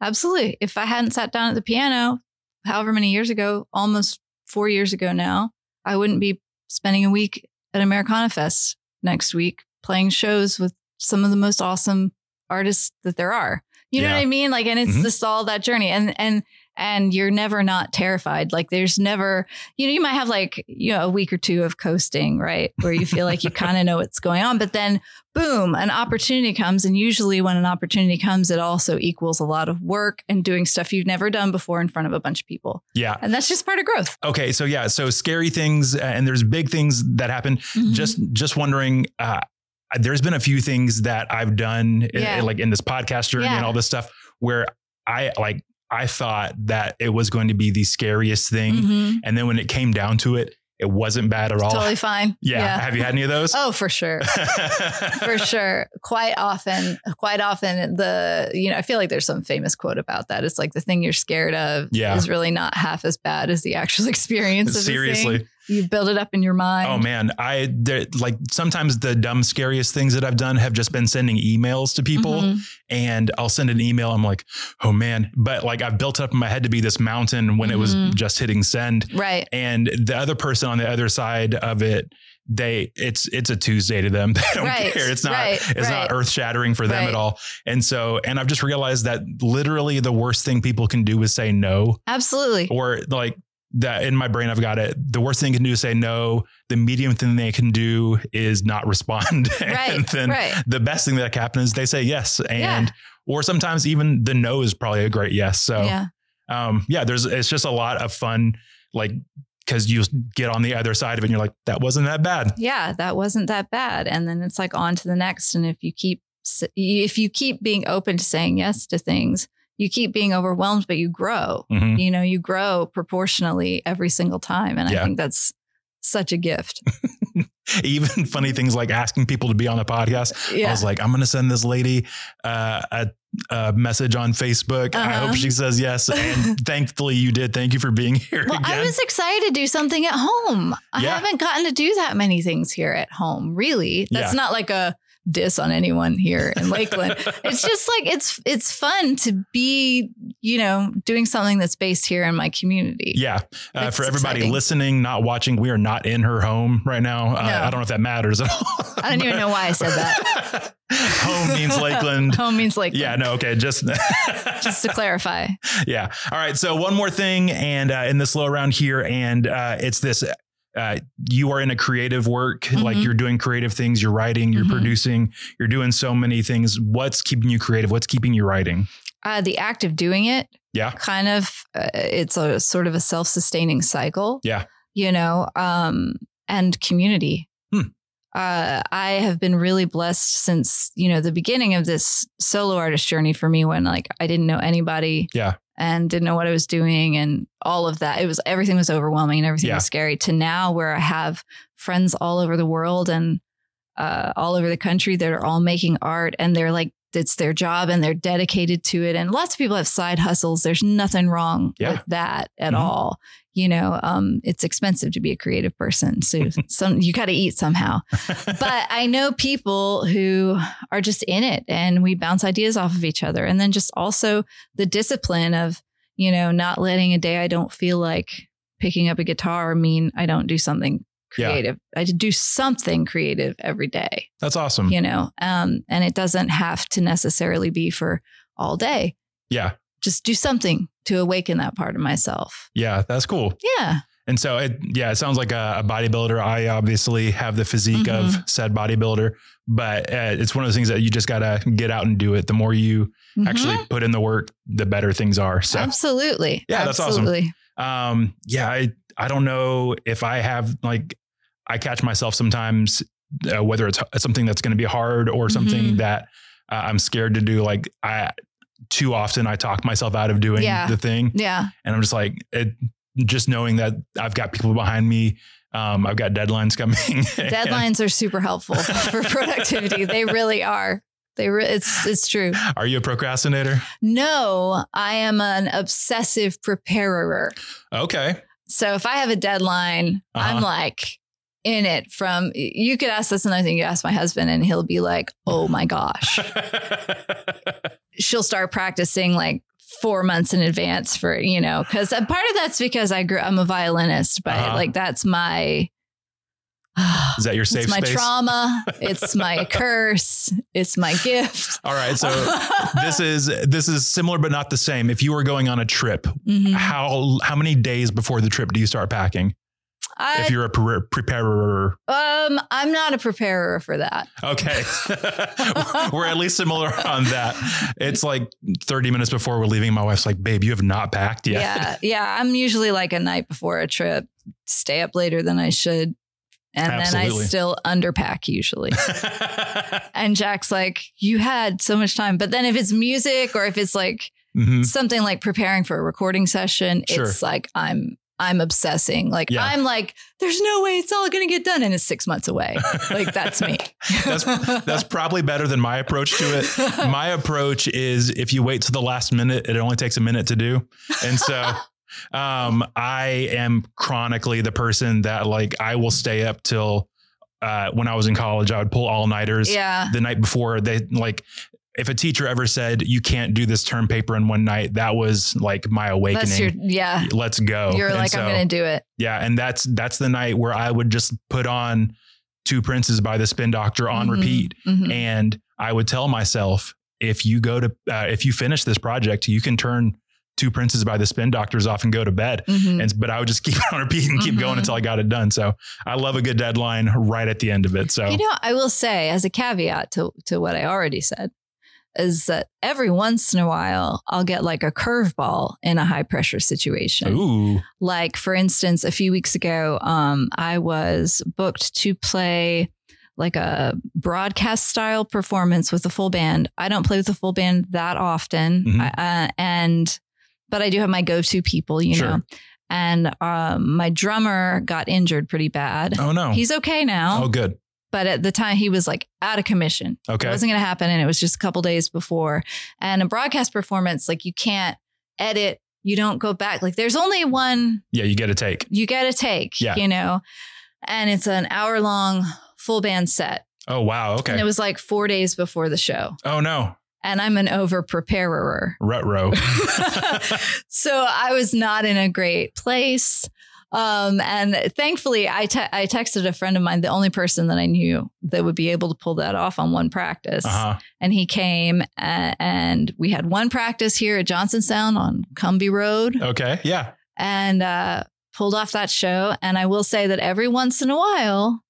absolutely. If I hadn't sat down at the piano, however many years ago, almost four years ago now, I wouldn't be spending a week at Americana Fest next week playing shows with some of the most awesome artists that there are. You know Yeah. what I mean? Like, and it's Mhm. just all that journey, and and and you're never not terrified. Like, there's never, you know, you might have like you know a week or two of coasting, right, where you feel like you kind of know what's going on, but then boom, an opportunity comes, and usually when an opportunity comes, it also equals a lot of work and doing stuff you've never done before in front of a bunch of people, yeah. and that's just part of growth. Okay. So yeah. So scary things uh, and there's big things that happen. Mm-hmm. just just wondering uh there's been a few things that i've done in- Yeah. in, like in this podcast journey Yeah. and all this stuff where i like i thought that it was going to be the scariest thing Mhm. and then when it came down to it it wasn't bad at all totally fine. Oh, yeah. have you had any of those Oh, for sure. For sure. Quite often, quite often the, you know, I feel like there's some famous quote about that. It's like the thing you're scared of Yeah. is really not half as bad as the actual experience of the seriously thing. You build it up in your mind. oh man i there, like sometimes the dumb scariest things that i've done have just been sending emails to people Mhm. and I'll send an email. I'm like, oh man, but like I've built it up in my head to be this mountain when it was Mhm. just hitting send. Right. And the other person on the other side of it, they it's it's a Tuesday to them. They don't Right, care. It's not right, it's not right. earth shattering for them Right. at all. And so, and I've just realized that literally the worst thing people can do is say no, Absolutely. or like that in my brain I've got it. The worst thing they can do is say no. The medium thing they can do is not respond. and Right. then right. the best thing that can happen is they say yes and Yeah. or sometimes even the no is probably a great yes so yeah. um yeah there's it's just a lot of fun like because you get on the other side of it and you're like that wasn't that bad Yeah. That wasn't that bad. And then it's like on to the next. And if you keep, s- if you keep being open to saying yes to things, you keep being overwhelmed, but you grow. Mhm. you know you grow proportionally every single time and Yeah. i think that's such a gift even funny things like asking people to be on the podcast i yeah was like i'm gonna send this lady uh, a, a message on facebook i Uh-huh. hope she says yes and thankfully you did thank you for being here well again i was excited to do something at home i Yeah. haven't gotten to do that many things here at home really that's Yeah. not like a diss on anyone here in lakeland it's just like it's it's fun to be you know doing something that's based here in my community Yeah. Uh, That's for everybody exciting. listening, not watching, we are not in her home right now. Uh, No. I don't know if that matters at all. i don't even know why i said that that. home means Lakeland. home means like Yeah, no, okay, just just to clarify yeah. All right, so one more thing, and uh, in this slow round here, and uh, it's this: uh, you are in a creative work, like Mhm. you're doing creative things, you're writing, you're Mhm. producing, you're doing so many things. What's keeping you creative? What's keeping you writing? uh, the act of doing it Yeah. kind of uh, it's a sort of a self-sustaining cycle Yeah. you know um and community Hmm. uh, I have been really blessed since you know the beginning of this solo artist journey for me when like I didn't know anybody Yeah. and didn't know what I was doing and all of that it was everything was overwhelming and everything Yeah. was scary to now where I have friends all over the world and uh, all over the country that are all making art and they're like, it's their job and they're dedicated to it. And lots of people have side hustles. There's nothing wrong Yeah. with that at Mhm. all. You know, um, it's expensive to be a creative person. So some you gotta eat somehow. But I know people who are just in it and we bounce ideas off of each other. And then just also the discipline of, you know, not letting a day I don't feel like picking up a guitar mean I don't do something Yeah. creative. I do something creative every day That's awesome. you know um, and it doesn't have to necessarily be for all day Yeah. just do something to awaken that part of myself Yeah. That's cool. yeah And so it, yeah, it sounds like a, a bodybuilder. I obviously have the physique of said bodybuilder, but uh, it's one of those things that you just gotta get out and do it. The more you actually Mhm. put in the work, the better things are. So, absolutely Yeah, that's awesome. absolutely um, yeah, I, I don't know if I have like, I catch myself sometimes, uh, whether it's h- something that's going to be hard or something Mhm. that uh, I'm scared to do. Like I, too often I talk myself out of doing Yeah. the thing yeah and I'm just like, it, just knowing that I've got people behind me. Um, I've got deadlines coming. and- deadlines are super helpful for productivity they really are they re- it's it's true Are you a procrastinator? no i am an obsessive preparer Okay. So if I have a deadline, Uh-huh. I'm like in it from you could ask this another thing you ask my husband and he'll be like, "Oh my gosh." She'll start practicing like 4 months in advance for, you know, cuz part of that's because I grew I'm a violinist, but Uh-huh. like that's my Is that your safe it's my space? trauma, it's my curse, it's my gift. All right. So this is this is similar but not the same. If you were going on a trip, Mhm. how how many days before the trip do you start packing? I, if you're a pre- preparer, um I'm not a preparer for that. okay, we're at least similar on that. It's like 30 minutes before we're leaving. My wife's like, "Babe, you have not packed yet." yeah. yeah. I'm usually like a night before a trip, stay up later than I should. And then Absolutely. I still underpack usually. and Jack's like, you had so much time. But then if it's music or if it's like Mhm. something like preparing for a recording session, Sure. it's like I'm I'm obsessing. Like Yeah. I'm like, there's no way it's all gonna get done and it's six months away. like that's me. That's- That's probably better than my approach to it. my approach is if you wait to the last minute, it only takes a minute to do. And so um I am chronically the person that like I will stay up till uh when I was in college, I would pull all nighters yeah. the night before they like if a teacher ever said you can't do this term paper in one night, that was like my awakening. That's your yeah. Let's go. You're And like, so- I'm gonna do it. yeah, and that's that's the night where I would just put on Two Princes by the Spin Doctor on Mhm. repeat Mhm. and I would tell myself, if you go to, uh, if you finish this project, you can turn two princes by the spin doctors off and go to bed. Mhm. And, but I would just keep it on repeat and keep Mhm. going until I got it done. So I love a good deadline right at the end of it. So You know, I will say as a caveat to to what I already said is that every once in a while I'll get like a curveball in a high pressure situation. ooh, Like for instance, a few weeks ago, um, I was booked to play like a broadcast style performance with a full band. I don't play with a full band that often, Mhm. I- uh, and but I do have my go to people, you Sure. know. And um, my drummer got injured pretty bad. oh no, He's okay now oh good, but at the time he was like out of commission. okay, It wasn't going to happen. And it was just a couple days before. And a broadcast performance, like you can't edit, you don't go back. Like there's only one yeah, you get a take, you got to take, Yeah. you know, and it's an hour long full band set. oh wow, okay, And it was like four days before the show. oh no, And I'm an over preparer. rut row, so I was not in a great place. Um, and thankfully, I, te- I texted a friend of mine, the only person that I knew that would be able to pull that off on one practice. uh-huh. And he came a- and we had one practice here at Johnson Sound on Cumbie Road okay, yeah, and uh, pulled off that show. And I will say that every once in a while,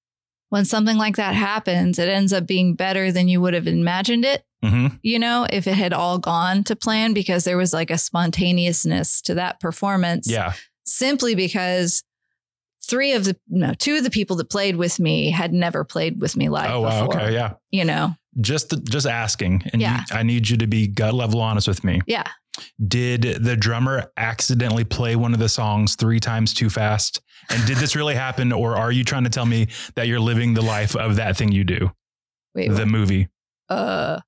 when something like that happens, it ends up being better than you would have imagined it hmm you know, if it had all gone to plan because there was like a spontaneousness to that performance. yeah, Simply because three of the no, two of the people that played with me had never played with me live oh wow, before. okay, yeah, You know. just just asking, and Yeah. you, I need you to be gut level honest with me. Yeah. did the drummer accidentally play one of the songs three times too fast? And did this really happen? Or are you trying to tell me that you're living the life of that thing you do? Wait, The movie. uh,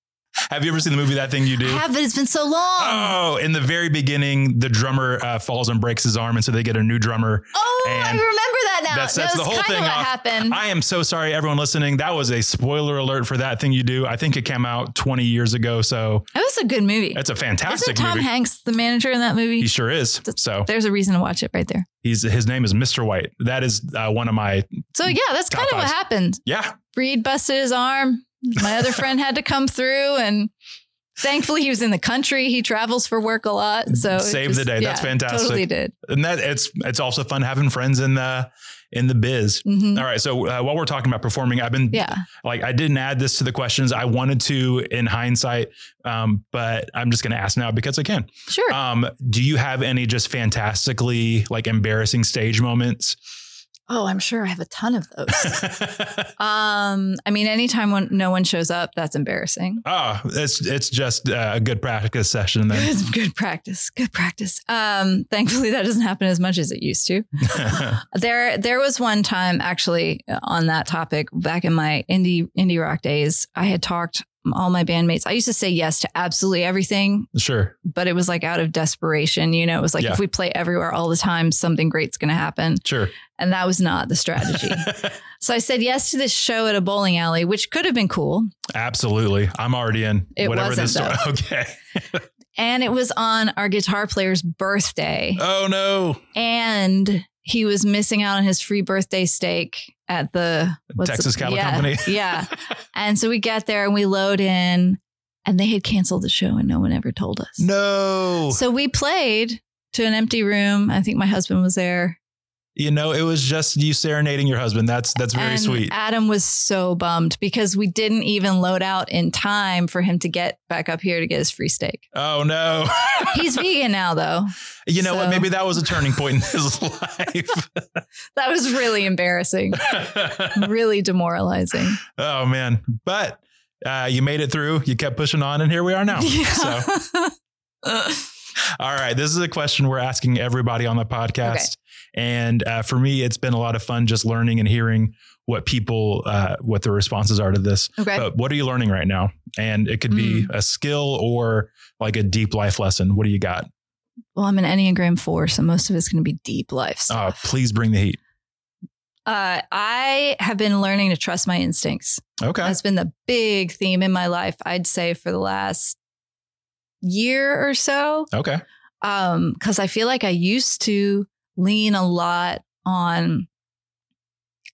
Have you ever seen the movie That Thing You I Do? have, but it's been so long. Oh, Oh, in the very beginning, the drummer uh, falls and breaks his arm, and so they get a new drummer. Oh, I and remember that now. that That's, sets the whole kind thing of what off. happened. I am so sorry, everyone listening. That was a spoiler alert for that thing you do. I think it came out 20 years ago, so It was a good movie. it's a Isn't fantastic Tom movie. Hanks the manager in that movie? He sure is. So There's a reason to watch it right there. he's his name is Mr. White. That is uh, one of my So yeah, that's Top kind of what fives. happened. yeah. Reed busted his arm. My other friend had to come through, and thankfully he was in the country. He travels for work a lot, so it Saved the day. That's fantastic. Totally did. And that it's it's also fun having friends in the in the biz. Mhm. All right, so uh, while we're talking about performing, I've been Yeah, like I didn't add this to the questions. I wanted to in hindsight, um, but I'm just going to ask now because I can. sure. Um, do you have any just fantastically like embarrassing stage moments? oh, I'm sure I have a ton of those. um, I mean, anytime when no one shows up, that's embarrassing. oh, it's it's just uh, a good practice session then. Good, good practice. Good practice. Um, thankfully, that doesn't happen as much as it used to. There, there was one time actually uh, on that topic back in my indie indie rock days. I had talked all my bandmates. I used to say yes to absolutely everything, sure. but it was like out of desperation. You know, it was like Yeah. if we play everywhere all the time, something great's going to happen, Sure. and that was not the strategy. so I said yes to this show at a bowling alley, which could have been cool, Absolutely. I'm already in It whatever this wasn't, okay. and it was on our guitar player's birthday. Oh no. and he was missing out on his free birthday steak at the what's Texas the, Cattle yeah, Company. yeah. And so we get there and we load in, and they had canceled the show and no one ever told us. No. So we played to an empty room. I think my husband was there. you know, it was just you serenading your husband. That's that's very and sweet. Adam was so bummed because we didn't even load out in time for him to get back up here to get his free steak. Oh no. He's vegan now, though. You know what? So- Maybe that was a turning point in his life. That was really embarrassing, really demoralizing. oh man. But uh, you made it through. You kept pushing on, and here we are now. So, all right. This is a question we're asking everybody on the podcast. Okay. And uh, for me, it's been a lot of fun just learning and hearing what people, uh, what their responses are to this. okay. Mm. But what are you learning right now? And it could be a skill or like a deep life lesson. What do you got? Well, I'm an Enneagram four, so most of it's going to be deep life Uh, stuff. please bring the heat. Uh, I have been learning to trust my instincts. Okay. That's been the big theme in my life, I'd say, for the last year or so. Okay. Because I feel like I used to lean a lot on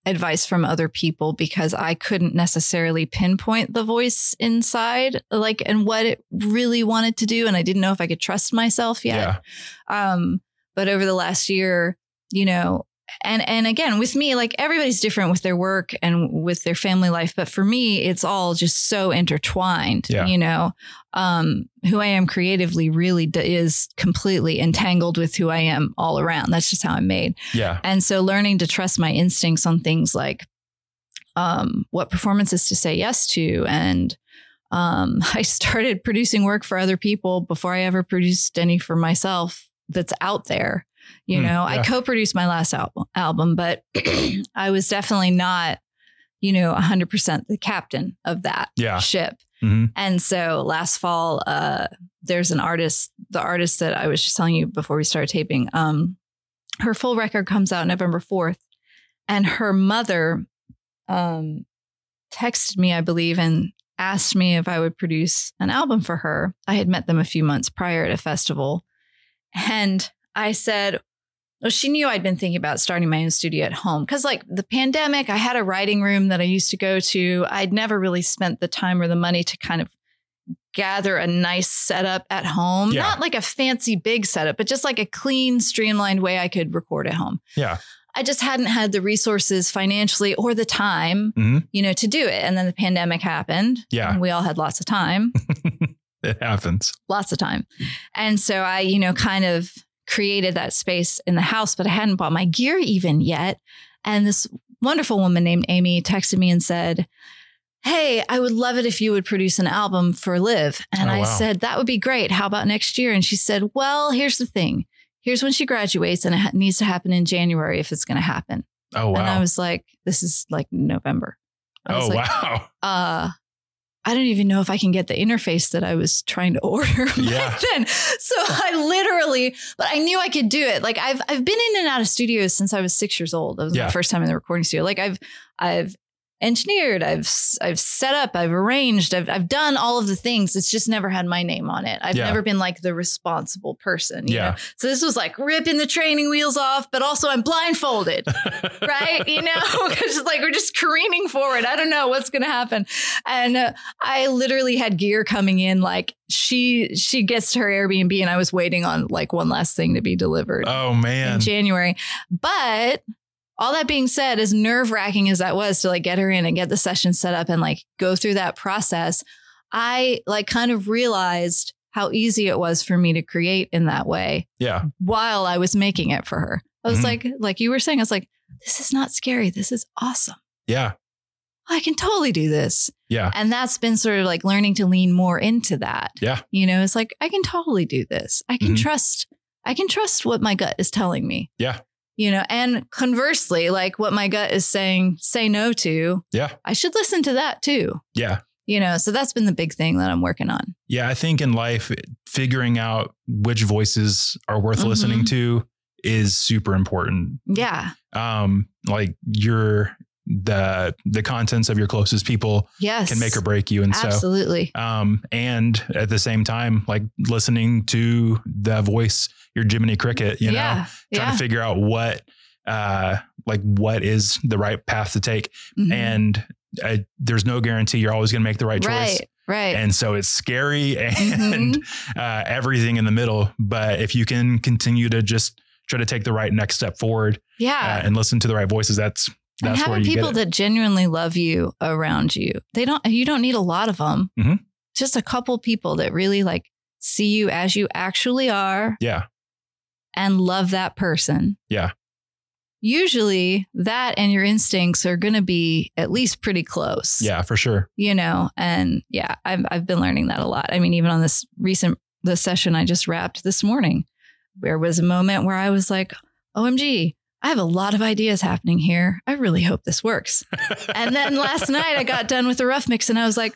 advice from other people because I couldn't necessarily pinpoint the voice inside, like, and what it really wanted to do. And I didn't know if I could trust myself yet. Um, but over the last year, you know, and and again with me, like everybody's different with their work and with their family life, but for me, it's all just so intertwined. Yeah. You know, um, who I am creatively really d- is completely entangled with who I am all around. That's just how I'm made. Yeah. And so learning to trust my instincts on things like um, what performances to say yes to. And um, I started producing work for other people before I ever produced any for myself that's out there. You Hmm, know, yeah. I co produced my last album, album but I was definitely not, you know, 100% the captain of that Yeah. ship. hmm And so last fall, uh, there's an artist, the artist that I was just telling you before we started taping. Um, her full record comes out November 4th. And her mother um, texted me, I believe, and asked me if I would produce an album for her. I had met them a few months prior at a festival. And I said, well, she knew I'd been thinking about starting my own studio at home because, like, the pandemic, I had a writing room that I used to go to. I'd never really spent the time or the money to kind of gather a nice setup at home. Yeah. Not like a fancy big setup, but just like a clean, streamlined way I could record at home. Yeah. I just hadn't had the resources financially or the time, Mhm. you know, to do it. And then the pandemic happened. Yeah. And we all had lots of time, Mm-hmm. It happens. lots of time. And so I, you know, kind of created that space in the house, but I hadn't bought my gear even yet. And this wonderful woman named Amy texted me and said, Hey, I would love it if you would produce an album for Live. And Oh, I wow. said, That would be great. How about next year? And she said, Well, here's the thing. Here's when she graduates, and it ha- needs to happen in January if it's going to happen. Oh And I wow. was like, this is like November. I oh was like, wow. Uh, I don't even know if I can get the interface that I was trying to order back Yeah. then. So I literally, but I knew I could do it. Like I've I've been in and out of studios since I was six years old. That was Yeah. my first time in the recording studio. Like I've I've engineered, I've s- I've set up, I've arranged, I've I've done all of the things. It's just never had my name on it. I've Yeah. never been like the responsible person. you Yeah. know? So this was like ripping the training wheels off, but also I'm blindfolded right? You know, because it's like we're just careening forward. I don't know what's going to happen. And uh, I literally had gear coming in. Like she she gets to her Airbnb, and I was waiting on like one last thing to be delivered oh in man. January. But all that being said, as nerve wracking as that was to like get her in and get the session set up and like go through that process, I like kind of realized how easy it was for me to create in that way Yeah. while I was making it for her. I was Mhm. like, like you were saying, I was like, this is not scary. This is awesome. Yeah. I can totally do this. Yeah. And that's been sort of like learning to lean more into that. Yeah. You know, it's like, I can totally do this. I can Mhm. trust, I can trust what my gut is telling me. Yeah. You know, and conversely, like what my gut is saying, say no to, Yeah. I should listen to that too. Yeah. You know, so that's been the big thing that I'm working on. Yeah, I think in life, figuring out which voices are worth Mhm. listening to is super important. Yeah. Um, like your the the contents of your closest people Yes. can make or break you, and so Absolutely. um, and at the same time, like listening to the voice, your Jiminy Cricket, you know, yeah. trying yeah. to figure out what uh like what is the right path to take, Mhm. and uh, there's no guarantee you're always going to make the right choice. right. Right. And so it's scary and Mm-hmm. uh, everything in the middle. But if you can continue to just try to take the right next step forward uh, yeah. and listen to the right voices, that's and that's where having you people get it. that genuinely love you around you they don't you don't need a lot of them Mhm. just a couple people that really like see you as you actually are yeah, and love that person Yeah. usually that and your instincts are going to be at least pretty close yeah, for sure. you know and yeah I've, I've been learning that a lot i mean even on this recent the session i just wrapped this morning there was a moment where i was like omg i have a lot of ideas happening here i really hope this works and then last night I got done with the rough mix and I was like,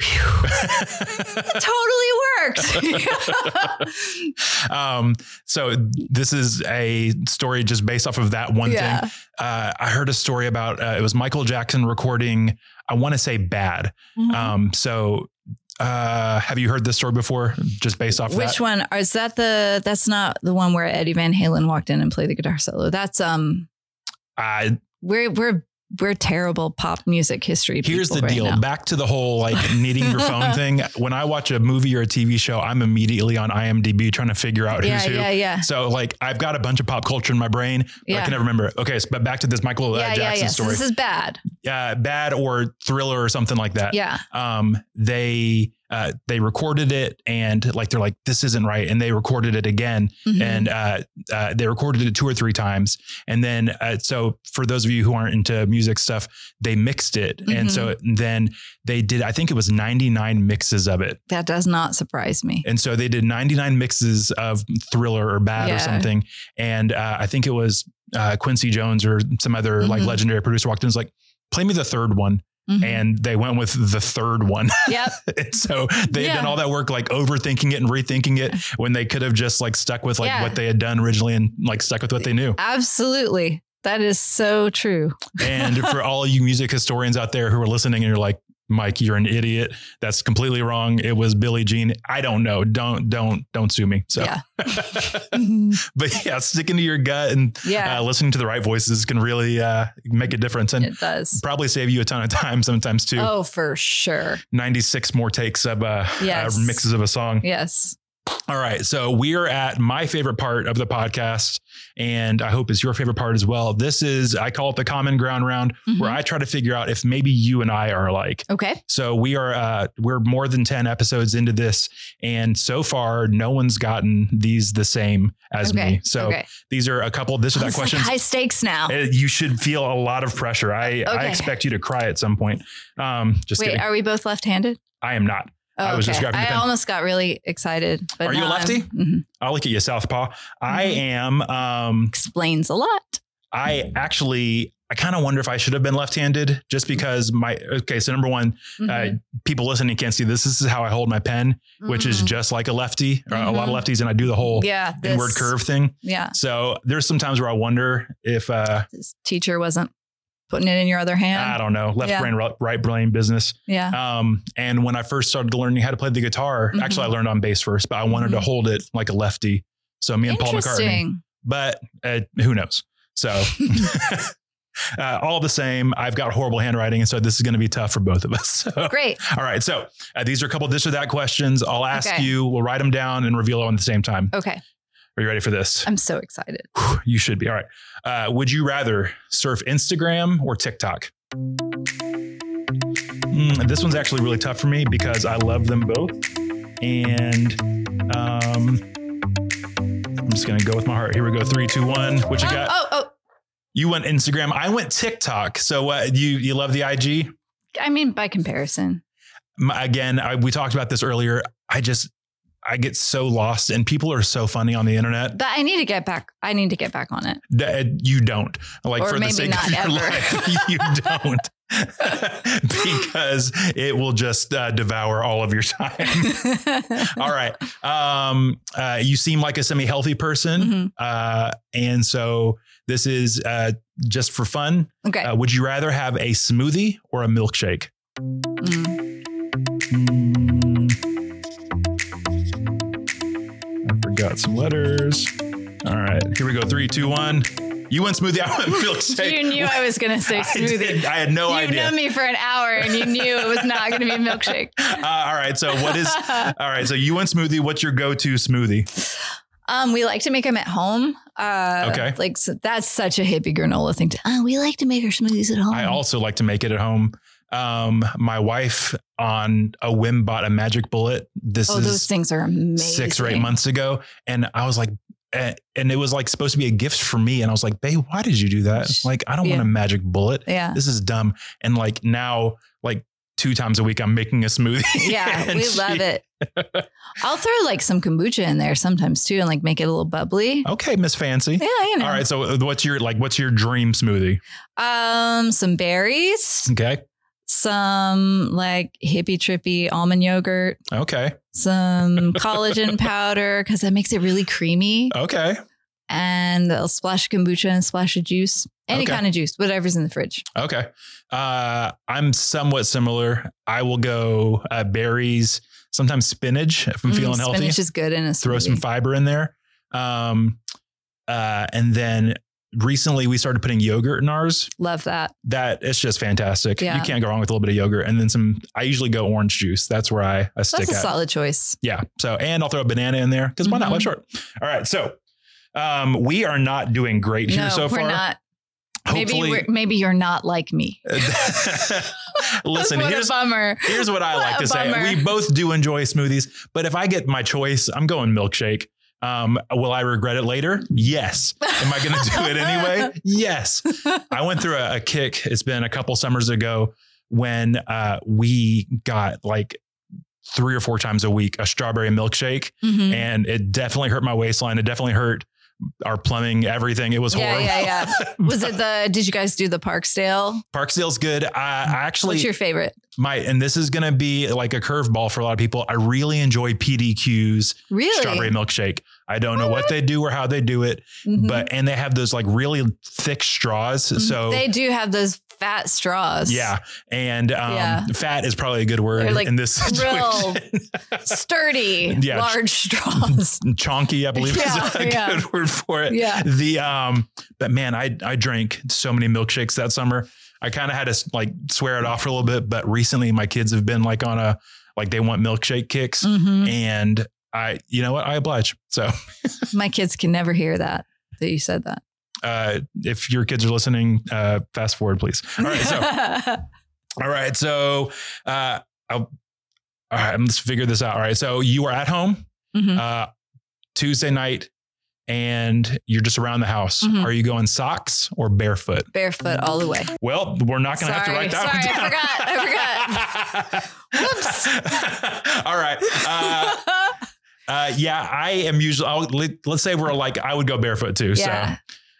"Phew, totally worked. um, so this is a story just based off of that one thing. yeah. Uh, I heard a story about uh, it was Michael Jackson recording. I want to say bad. Mm-hmm. Um, so uh, have you heard this story before? Just based off Which that. one is that? The that's not the one where Eddie Van Halen walked in and played the guitar solo. That's um, I we're we're we're terrible pop music history. Here's people the right deal. now. Back to the whole like needing your phone thing. When I watch a movie or a TV show, I'm immediately on IMDb trying to figure out Yeah, who's who. yeah, yeah, So like I've got a bunch of pop culture in my brain, but I Yeah. can never remember. it. Okay, so, but back to this Michael uh, yeah, yeah, Jackson yeah. So story, this is bad. uh, bad or thriller or something like that. Yeah, Um, they uh, they recorded it and like they're like this isn't right, and they recorded it again, Mhm. and uh, uh, they recorded it two or three times. And then, uh, so for those of you who aren't into music stuff, they mixed it, and so then they did. I think it was 99 mixes of it, that does not surprise me. and so they did 99 mixes of Thriller or Bad Yeah. or something. And uh, I think it was uh, Quincy Jones or some other like Mhm. legendary producer walked in and was like. Play me the third one, Mhm. and they went with the third one. yep, and so they had Yeah. done all that work, like overthinking it and rethinking it, when they could have just like stuck with like Yeah. what they had done originally and like stuck with what they knew. absolutely. That is so true. And for all you music historians out there who are listening and you're like, Mike, you're an idiot. That's completely wrong. It was Billie Jean. I don't know. Don't don't don't sue me. So, Yeah, Mm-hmm. but yeah, sticking to your gut and yeah, uh, listening to the right voices can really uh, make a difference and it does. probably save you a ton of time sometimes too. Oh, for sure. 96 more takes of uh, Yes. uh, mixes of a song. Yes. All right. So we are at my favorite part of the podcast, and I hope it's your favorite part as well. This is, I call it the common ground round, where Mhm. I try to figure out if maybe you and I are alike. Okay. So we are, uh, we're more than 10 episodes into this. And so far, no one's gotten these the same as okay. me. So okay. these are a couple this or that It's like questions. high stakes now. Uh, You should feel a lot of pressure. I, I Okay. expect you to cry at some point. Um, just Wait, kidding. are we both left-handed? I am not. Oh, I was just grabbing the I pen. almost got really excited. But Are you a now I'm- lefty? Mhm. I'll look at Mm-hmm. you, Southpaw. I am. Um, Explains a lot. I actually I kind of wonder if I should have been left-handed just Mm. because my okay. So number one, Mhm. uh, people listening can't see this. This is how I hold my pen, which is Mhm. just like a lefty, or a Mhm. lot of lefties, and I do the whole yeah inward this- curve thing. Yeah, So there's some times where I wonder if uh, this teacher wasn't putting it in your other hand. I don't know left Yeah. Uh-huh. brain, right- right brain business. yeah, Um, and when I first started learning how to play the guitar, Mhm. actually I learned on bass first, but I wanted to Mhm. hold it like a lefty. So me and Paul McCartney, interesting. but uh, who knows? So uh, all the same, I've got horrible handwriting, and so this is going to be tough for both of us. So, Great. all right, so uh, these are a couple this or that questions. I'll ask Okay. you. We'll write them down and reveal them at the same time. Okay, Are you ready for this? I'm so excited. Whew, you should be. All right. Uh, would you rather surf Instagram or TikTok? Mm, this one's actually really tough for me because I love them both. And um, I'm just going to go with my heart. Here we go. Three, two, one. What you Oh, got? oh, oh, You went Instagram. I went TikTok. So uh, you you love the IG? I mean, by comparison, My, again, I, we talked about this earlier. I just I get so lost, and people are so funny on the internet. but I need to get back. I need to get back on it. that uh, you don't like Or for the maybe sake not of your ever. life you don't because it will just uh, devour all of your time all right um uh, you seem like a semi-healthy person Mhm. uh and so this is uh just for fun Okay. uh, would you rather have a smoothie or a milkshake Mm. I forgot some letters. All right, here we go. Three, two, one. You went smoothie. I went milkshake. You knew I was going to say I smoothie. did. I had no you idea. knew me for an hour and you knew it was not going to be milkshake. Uh, all right, so what is? All right, so you went smoothie. What's your go-to smoothie? um, we like to make them at home. Uh, Okay. Like so that's such a hippie granola thing. To, oh, we like to make our smoothies at home. I also like to make it at home. Um, my wife on a whim bought a magic bullet. This oh, those is things are amazing. six or eight months ago, and I was like, eh, and it was like supposed to be a gift for me, and I was like, babe, why did you do that? Like, I don't want Yeah. a magic bullet. Yeah. this is dumb. And like now, like two times a week, I'm making a smoothie. Yeah, And we she- love it. I'll throw like some kombucha in there sometimes too and like make it a little bubbly. Okay, Miss Fancy. Yeah, you know. All right. So uh, what's your like? What's your dream smoothie? Um, some berries, Okay. some like hippie trippy almond yogurt, Okay. some collagen powder because that makes it really creamy, Okay. and a splash of kombucha and a splash of juice, any Okay. kind of juice, whatever's in the fridge. Okay. Uh, I'm somewhat similar. I will go uh, berries, sometimes spinach if I'm Mm, feeling spinach healthy. is good in a Throw some smoothie. fiber in there. Um, uh, and then recently we started putting yogurt in ours. Love that. that it's just fantastic. Yeah. You can't go wrong with a little bit of yogurt and then some. I usually go orange juice. That's where I, I stick That's a at. solid choice. yeah. So and I'll throw a banana in there because why not? Mhm. Life short. All right. So um, we are not doing great here no, so we're far. not. Maybe Hopefully, we're, maybe you're not like me. listen. what a Here's bummer. here's what I what like a to bummer. say. We both do enjoy smoothies, but if I get my choice, I'm going milkshake. Um, will I regret it later? Yes. Am I going to do it anyway? Yes. I went through a, a kick. It's been a couple summers ago when uh, we got like three or four times a week a strawberry milkshake, Mhm. and it definitely hurt my waistline. It definitely hurt our plumbing, everything. It was Yeah, horrible. yeah, yeah. Was it the? Did you guys do the Parksdale? Parksdale's good. I, I actually What's your favorite? my and this is going to be like a curveball for a lot of people. I really enjoy PDQ's Really? strawberry milkshake. I don't know what they do or how they do it, Mhm. but and they have those like really thick straws. Mhm. So they do have those fat straws. Yeah. And um, Yeah. fat is probably a good word They're, like, in this real- situation. sturdy, Yeah. large straws. Chonky, I believe is Yeah, a yeah. good word for it. yeah. The um, but man, I I drank so many milkshakes that summer. I kind of had to like swear it off for a little bit, but recently my kids have been like on a like they want milkshake kicks, hmm and I you know what I oblige. So My kids can never hear that that you said that. uh, if your kids are listening, uh, fast forward please. All right, so. All right. So, uh, I'll, all right, let's figure this out. All right. So you are at home, Mhm. uh, Tuesday night and you're just around the house. Mhm. Are you going socks or barefoot? Barefoot all the way. Well, we're not going to have to Sorry. write that Sorry, one I down. forgot. Whoops. I all right. Uh, uh, yeah, I am usually, I'll, let, us say we're like, I would go barefoot too. yeah. So,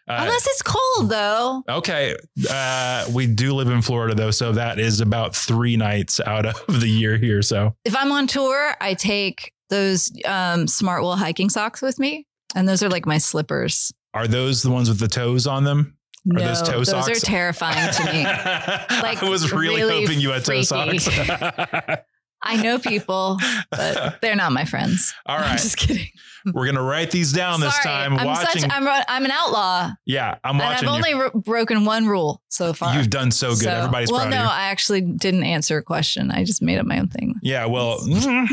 Uh, Unless it's cold though. okay. Uh, we do live in Florida though, so that is about three nights out of the year here. So If I'm on tour, I take those um, smart wool hiking socks with me. And those are like my slippers. are those the ones with the toes on them? No, Are those toe those are socks? terrifying to me. Like, I was really, really hoping you had toe freaky. socks. I know people, but they're not my friends. All I'm right. just kidding. We're going to write these down this Sorry. time. I'm watching. such I'm a- I'm an outlaw, yeah, I'm and I've watching only ro- broken one rule so you. far. You've done so good. So- Everybody's well, proud no, of you. I actually didn't answer a question. I just made up my own thing. Yeah, well, you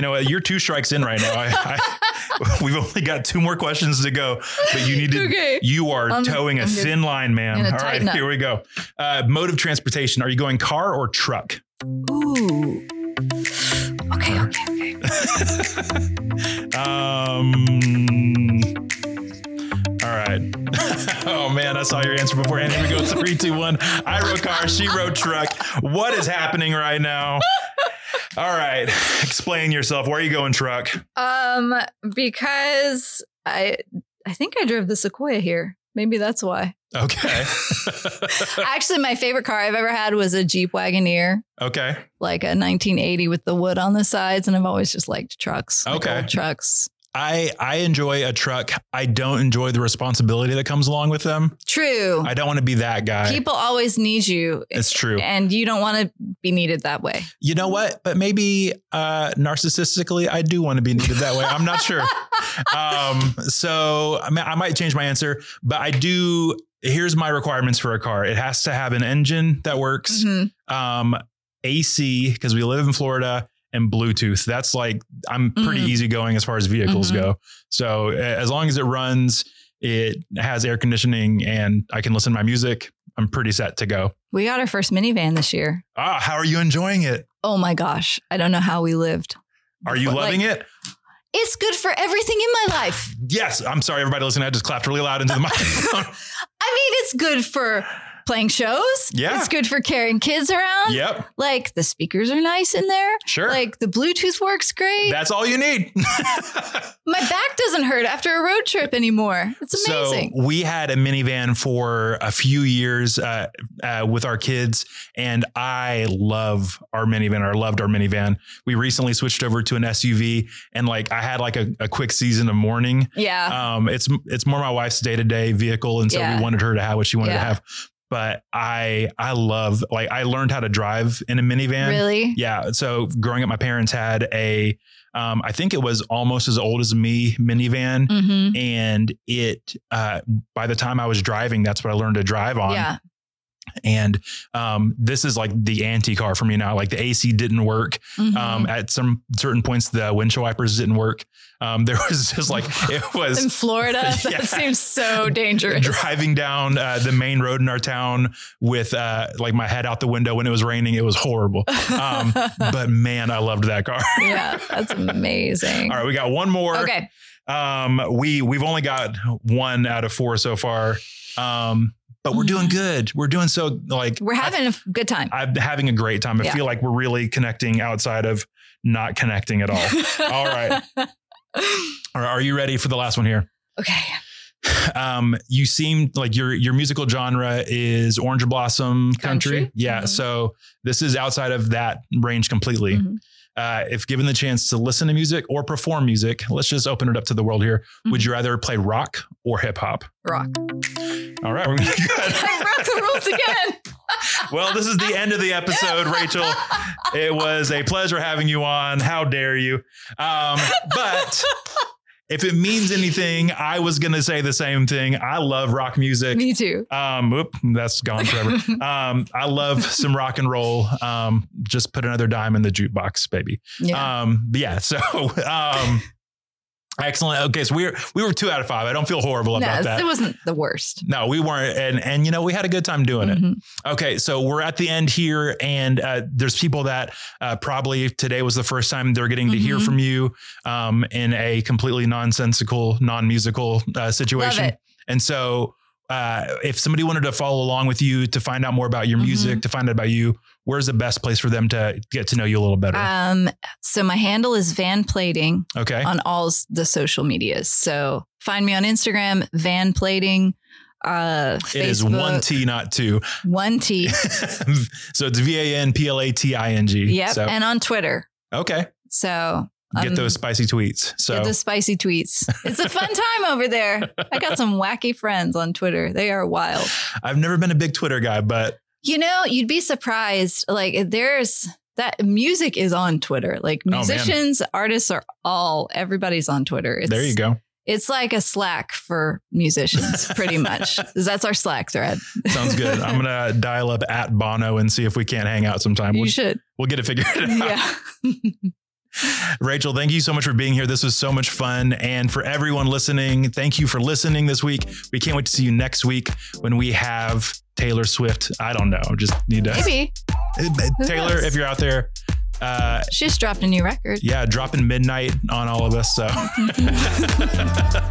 know, what? you're two strikes in right now. I, I, we've only got two more questions to go, but you need to. okay. You are I'm- towing a I'm good. thin line, man. I'm All gonna right, tighten up. here we go. Uh, mode of transportation: Are you going car or truck? Ooh. Okay. Okay. Um. All right. oh man, I saw your answer before. And here we go. Three, two, one. I wrote car. She wrote truck. What is happening right now? All right. Explain yourself. Where are you going, truck? Um, because I I think I drove the Sequoia here. Maybe that's why. Okay. Actually, my favorite car I've ever had was a Jeep Wagoneer, okay. like a 1980 with the wood on the sides, and I've always just liked trucks. like Okay. old trucks. I I enjoy a truck. I don't enjoy the responsibility that comes along with them. True. I don't want to be that guy. People always need you, it's true. and you don't want to be needed that way. You know what? But maybe uh narcissistically I do want to be needed that way. I'm not sure. um so I, mean, I might change my answer, but I do here's my requirements for a car. It has to have an engine that works, Mhm. um AC because we live in Florida and Bluetooth. That's like I'm pretty Mhm. easygoing as far as vehicles Mhm. go. So a- as long as it runs, it has air conditioning, and I can listen to my music. I'm pretty set to go. We got our first minivan this year. Ah, how are you enjoying it? Oh my gosh, I don't know how we lived. Are you But, loving like, it? It's good for everything in my life. Yes. I'm sorry, everybody listening. I just clapped really loud into the microphone. I mean, it's good for playing shows. Yeah. It's good for carrying kids around. yep. Like the speakers are nice in there. Sure. Like the Bluetooth works great. That's all you need. My back doesn't hurt after a road trip anymore. It's amazing. So we had a minivan for a few years uh, uh, with our kids, and I love our minivan. Or loved our minivan. We recently switched over to an SUV, and like I had like a, a quick season of mourning. yeah. Um, it's it's more my wife's day to day vehicle, and so Uh-huh. Yeah. we wanted her to have what she wanted to Yeah. have. But I I love like I learned how to drive in a minivan. really? Yeah. So growing up, my parents had a, um, I think it was almost as old as me minivan Mm-hmm. and it uh, by the time I was driving, that's what I learned to drive on. Yeah. And um, this is like the anti car for me now. Like the AC didn't work Mhm. um, at some certain points. The windshield wipers didn't work. Um, there was just like it in was. Florida, Yeah. that seems so dangerous. Driving down uh, the main road in our town with uh, like my head out the window when it was raining, it was horrible. Um, but man, I loved that car. yeah, that's amazing. All right, we got one more. okay. Um, we we've only got one out of four so far. Um, but we're doing good. We're doing so like Mm-hmm. We're having a f- good time. I, am having a great time. I Yeah. feel like we're really connecting outside of not connecting at all. All right. All right, are you ready for the last one here? Okay. Um, you seem like your your musical genre is orange blossom country. Country? Yeah. Mhm. So this is outside of that range completely. Mhm. Uh, if given the chance to listen to music or perform music, let's just open it up to the world here. Would Mhm. you rather play rock or hip hop? Rock. All right, we're gonna be I broke the rules good. again. well, this is the end of the episode, Rachel. It was a pleasure having you on. How dare you? Um, but if it means anything, I was gonna say the same thing. I love rock music. Me too. Um, whoop, that's gone forever. Um, I love some rock and roll. Um, just put another dime in the jukebox, baby. Yeah. Um, but yeah. So, um, excellent. Okay, so we were we were two out of five. I don't feel horrible no, about that. it wasn't the worst. No, we weren't, and and you know we had a good time doing it. Mhm. Okay, so we're at the end here, and uh, there's people that uh, probably today was the first time they're getting to hear Mhm. from you um, in a completely nonsensical, non musical uh, situation, Love it. and so uh, if somebody wanted to follow along with you to find out more about your music, Mm-hmm. to find out about you, where's the best place for them to get to know you a little better? Um, so my handle is Van Plating okay. on all s- the social medias. So find me on Instagram, Van Plating. Uh, It is one T, not two. one T. so it's V A N P L A T I N G. Yep, So, and on Twitter. okay. So Get um, those spicy tweets. So Get the spicy tweets. It's a fun time over there. I got some wacky friends on Twitter. They are wild. I've never been a big Twitter guy, but You know, you'd be surprised. Like there's that music is on Twitter. Like Oh, man. musicians, artists are all everybody's on Twitter. It's, there you go. It's like a Slack for musicians, pretty much. That's our Slack thread. Sounds good. I'm gonna dial up at Bono and see if we can't hang out sometime. you We'll, should. we'll get it figured out. Yeah. Rachel, thank you so much for being here. This was so much fun. And for everyone listening, thank you for listening this week. We can't wait to see you next week when we have Taylor Swift. I don't know. Just need to Maybe. Taylor, knows? if you're out there, uh, She just dropped a new record. yeah, dropping midnight on all of us. So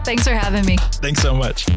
Thanks for having me. thanks so much.